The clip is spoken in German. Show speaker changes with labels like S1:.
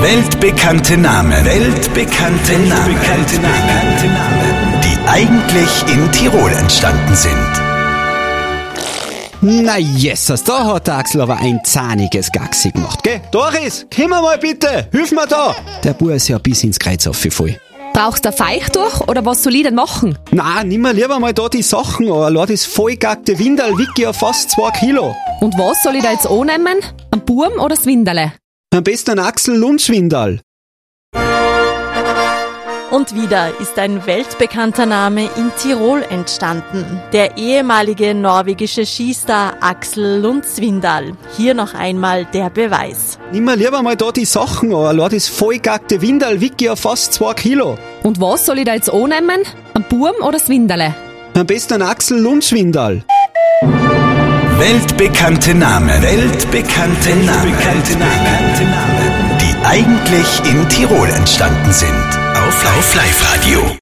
S1: Weltbekannte Namen. Weltbekannte, Namen. Weltbekannte Namen. Die eigentlich in Tirol entstanden sind.
S2: Na Jesus, da hat der Axel aber ein zahniges Gaxi gemacht, gell? Doris, komm mal bitte, hilf mir da! Der Bub ist ja bis ins Kreuz voll.
S3: Brauchst du ein Feuchtuch oder was soll ich denn machen?
S2: Na, nimm mir lieber mal da die Sachen an, allein das vollgegackte Windel wiegt ja fast zwei Kilo.
S3: Und was soll ich da jetzt annehmen? Ein Burm oder das Winderle?
S2: Am besten ein Axel Lundschwindal.
S4: Und wieder ist ein weltbekannter Name in Tirol entstanden. Der ehemalige norwegische Skistar Axel Lundsvindal. Hier noch einmal der Beweis.
S2: Nimm mir lieber mal da die Sachen an, allein das vollgegackte Windel wiegt ja fast zwei Kilo.
S3: Und was soll ich da jetzt annehmen? Ein Burm oder das Winderle?
S2: Am besten ein Axel Lundschwindal.
S1: Weltbekannte Namen. Weltbekannte, Namen. Die eigentlich in Tirol entstanden sind. Auf Lauf Live Radio.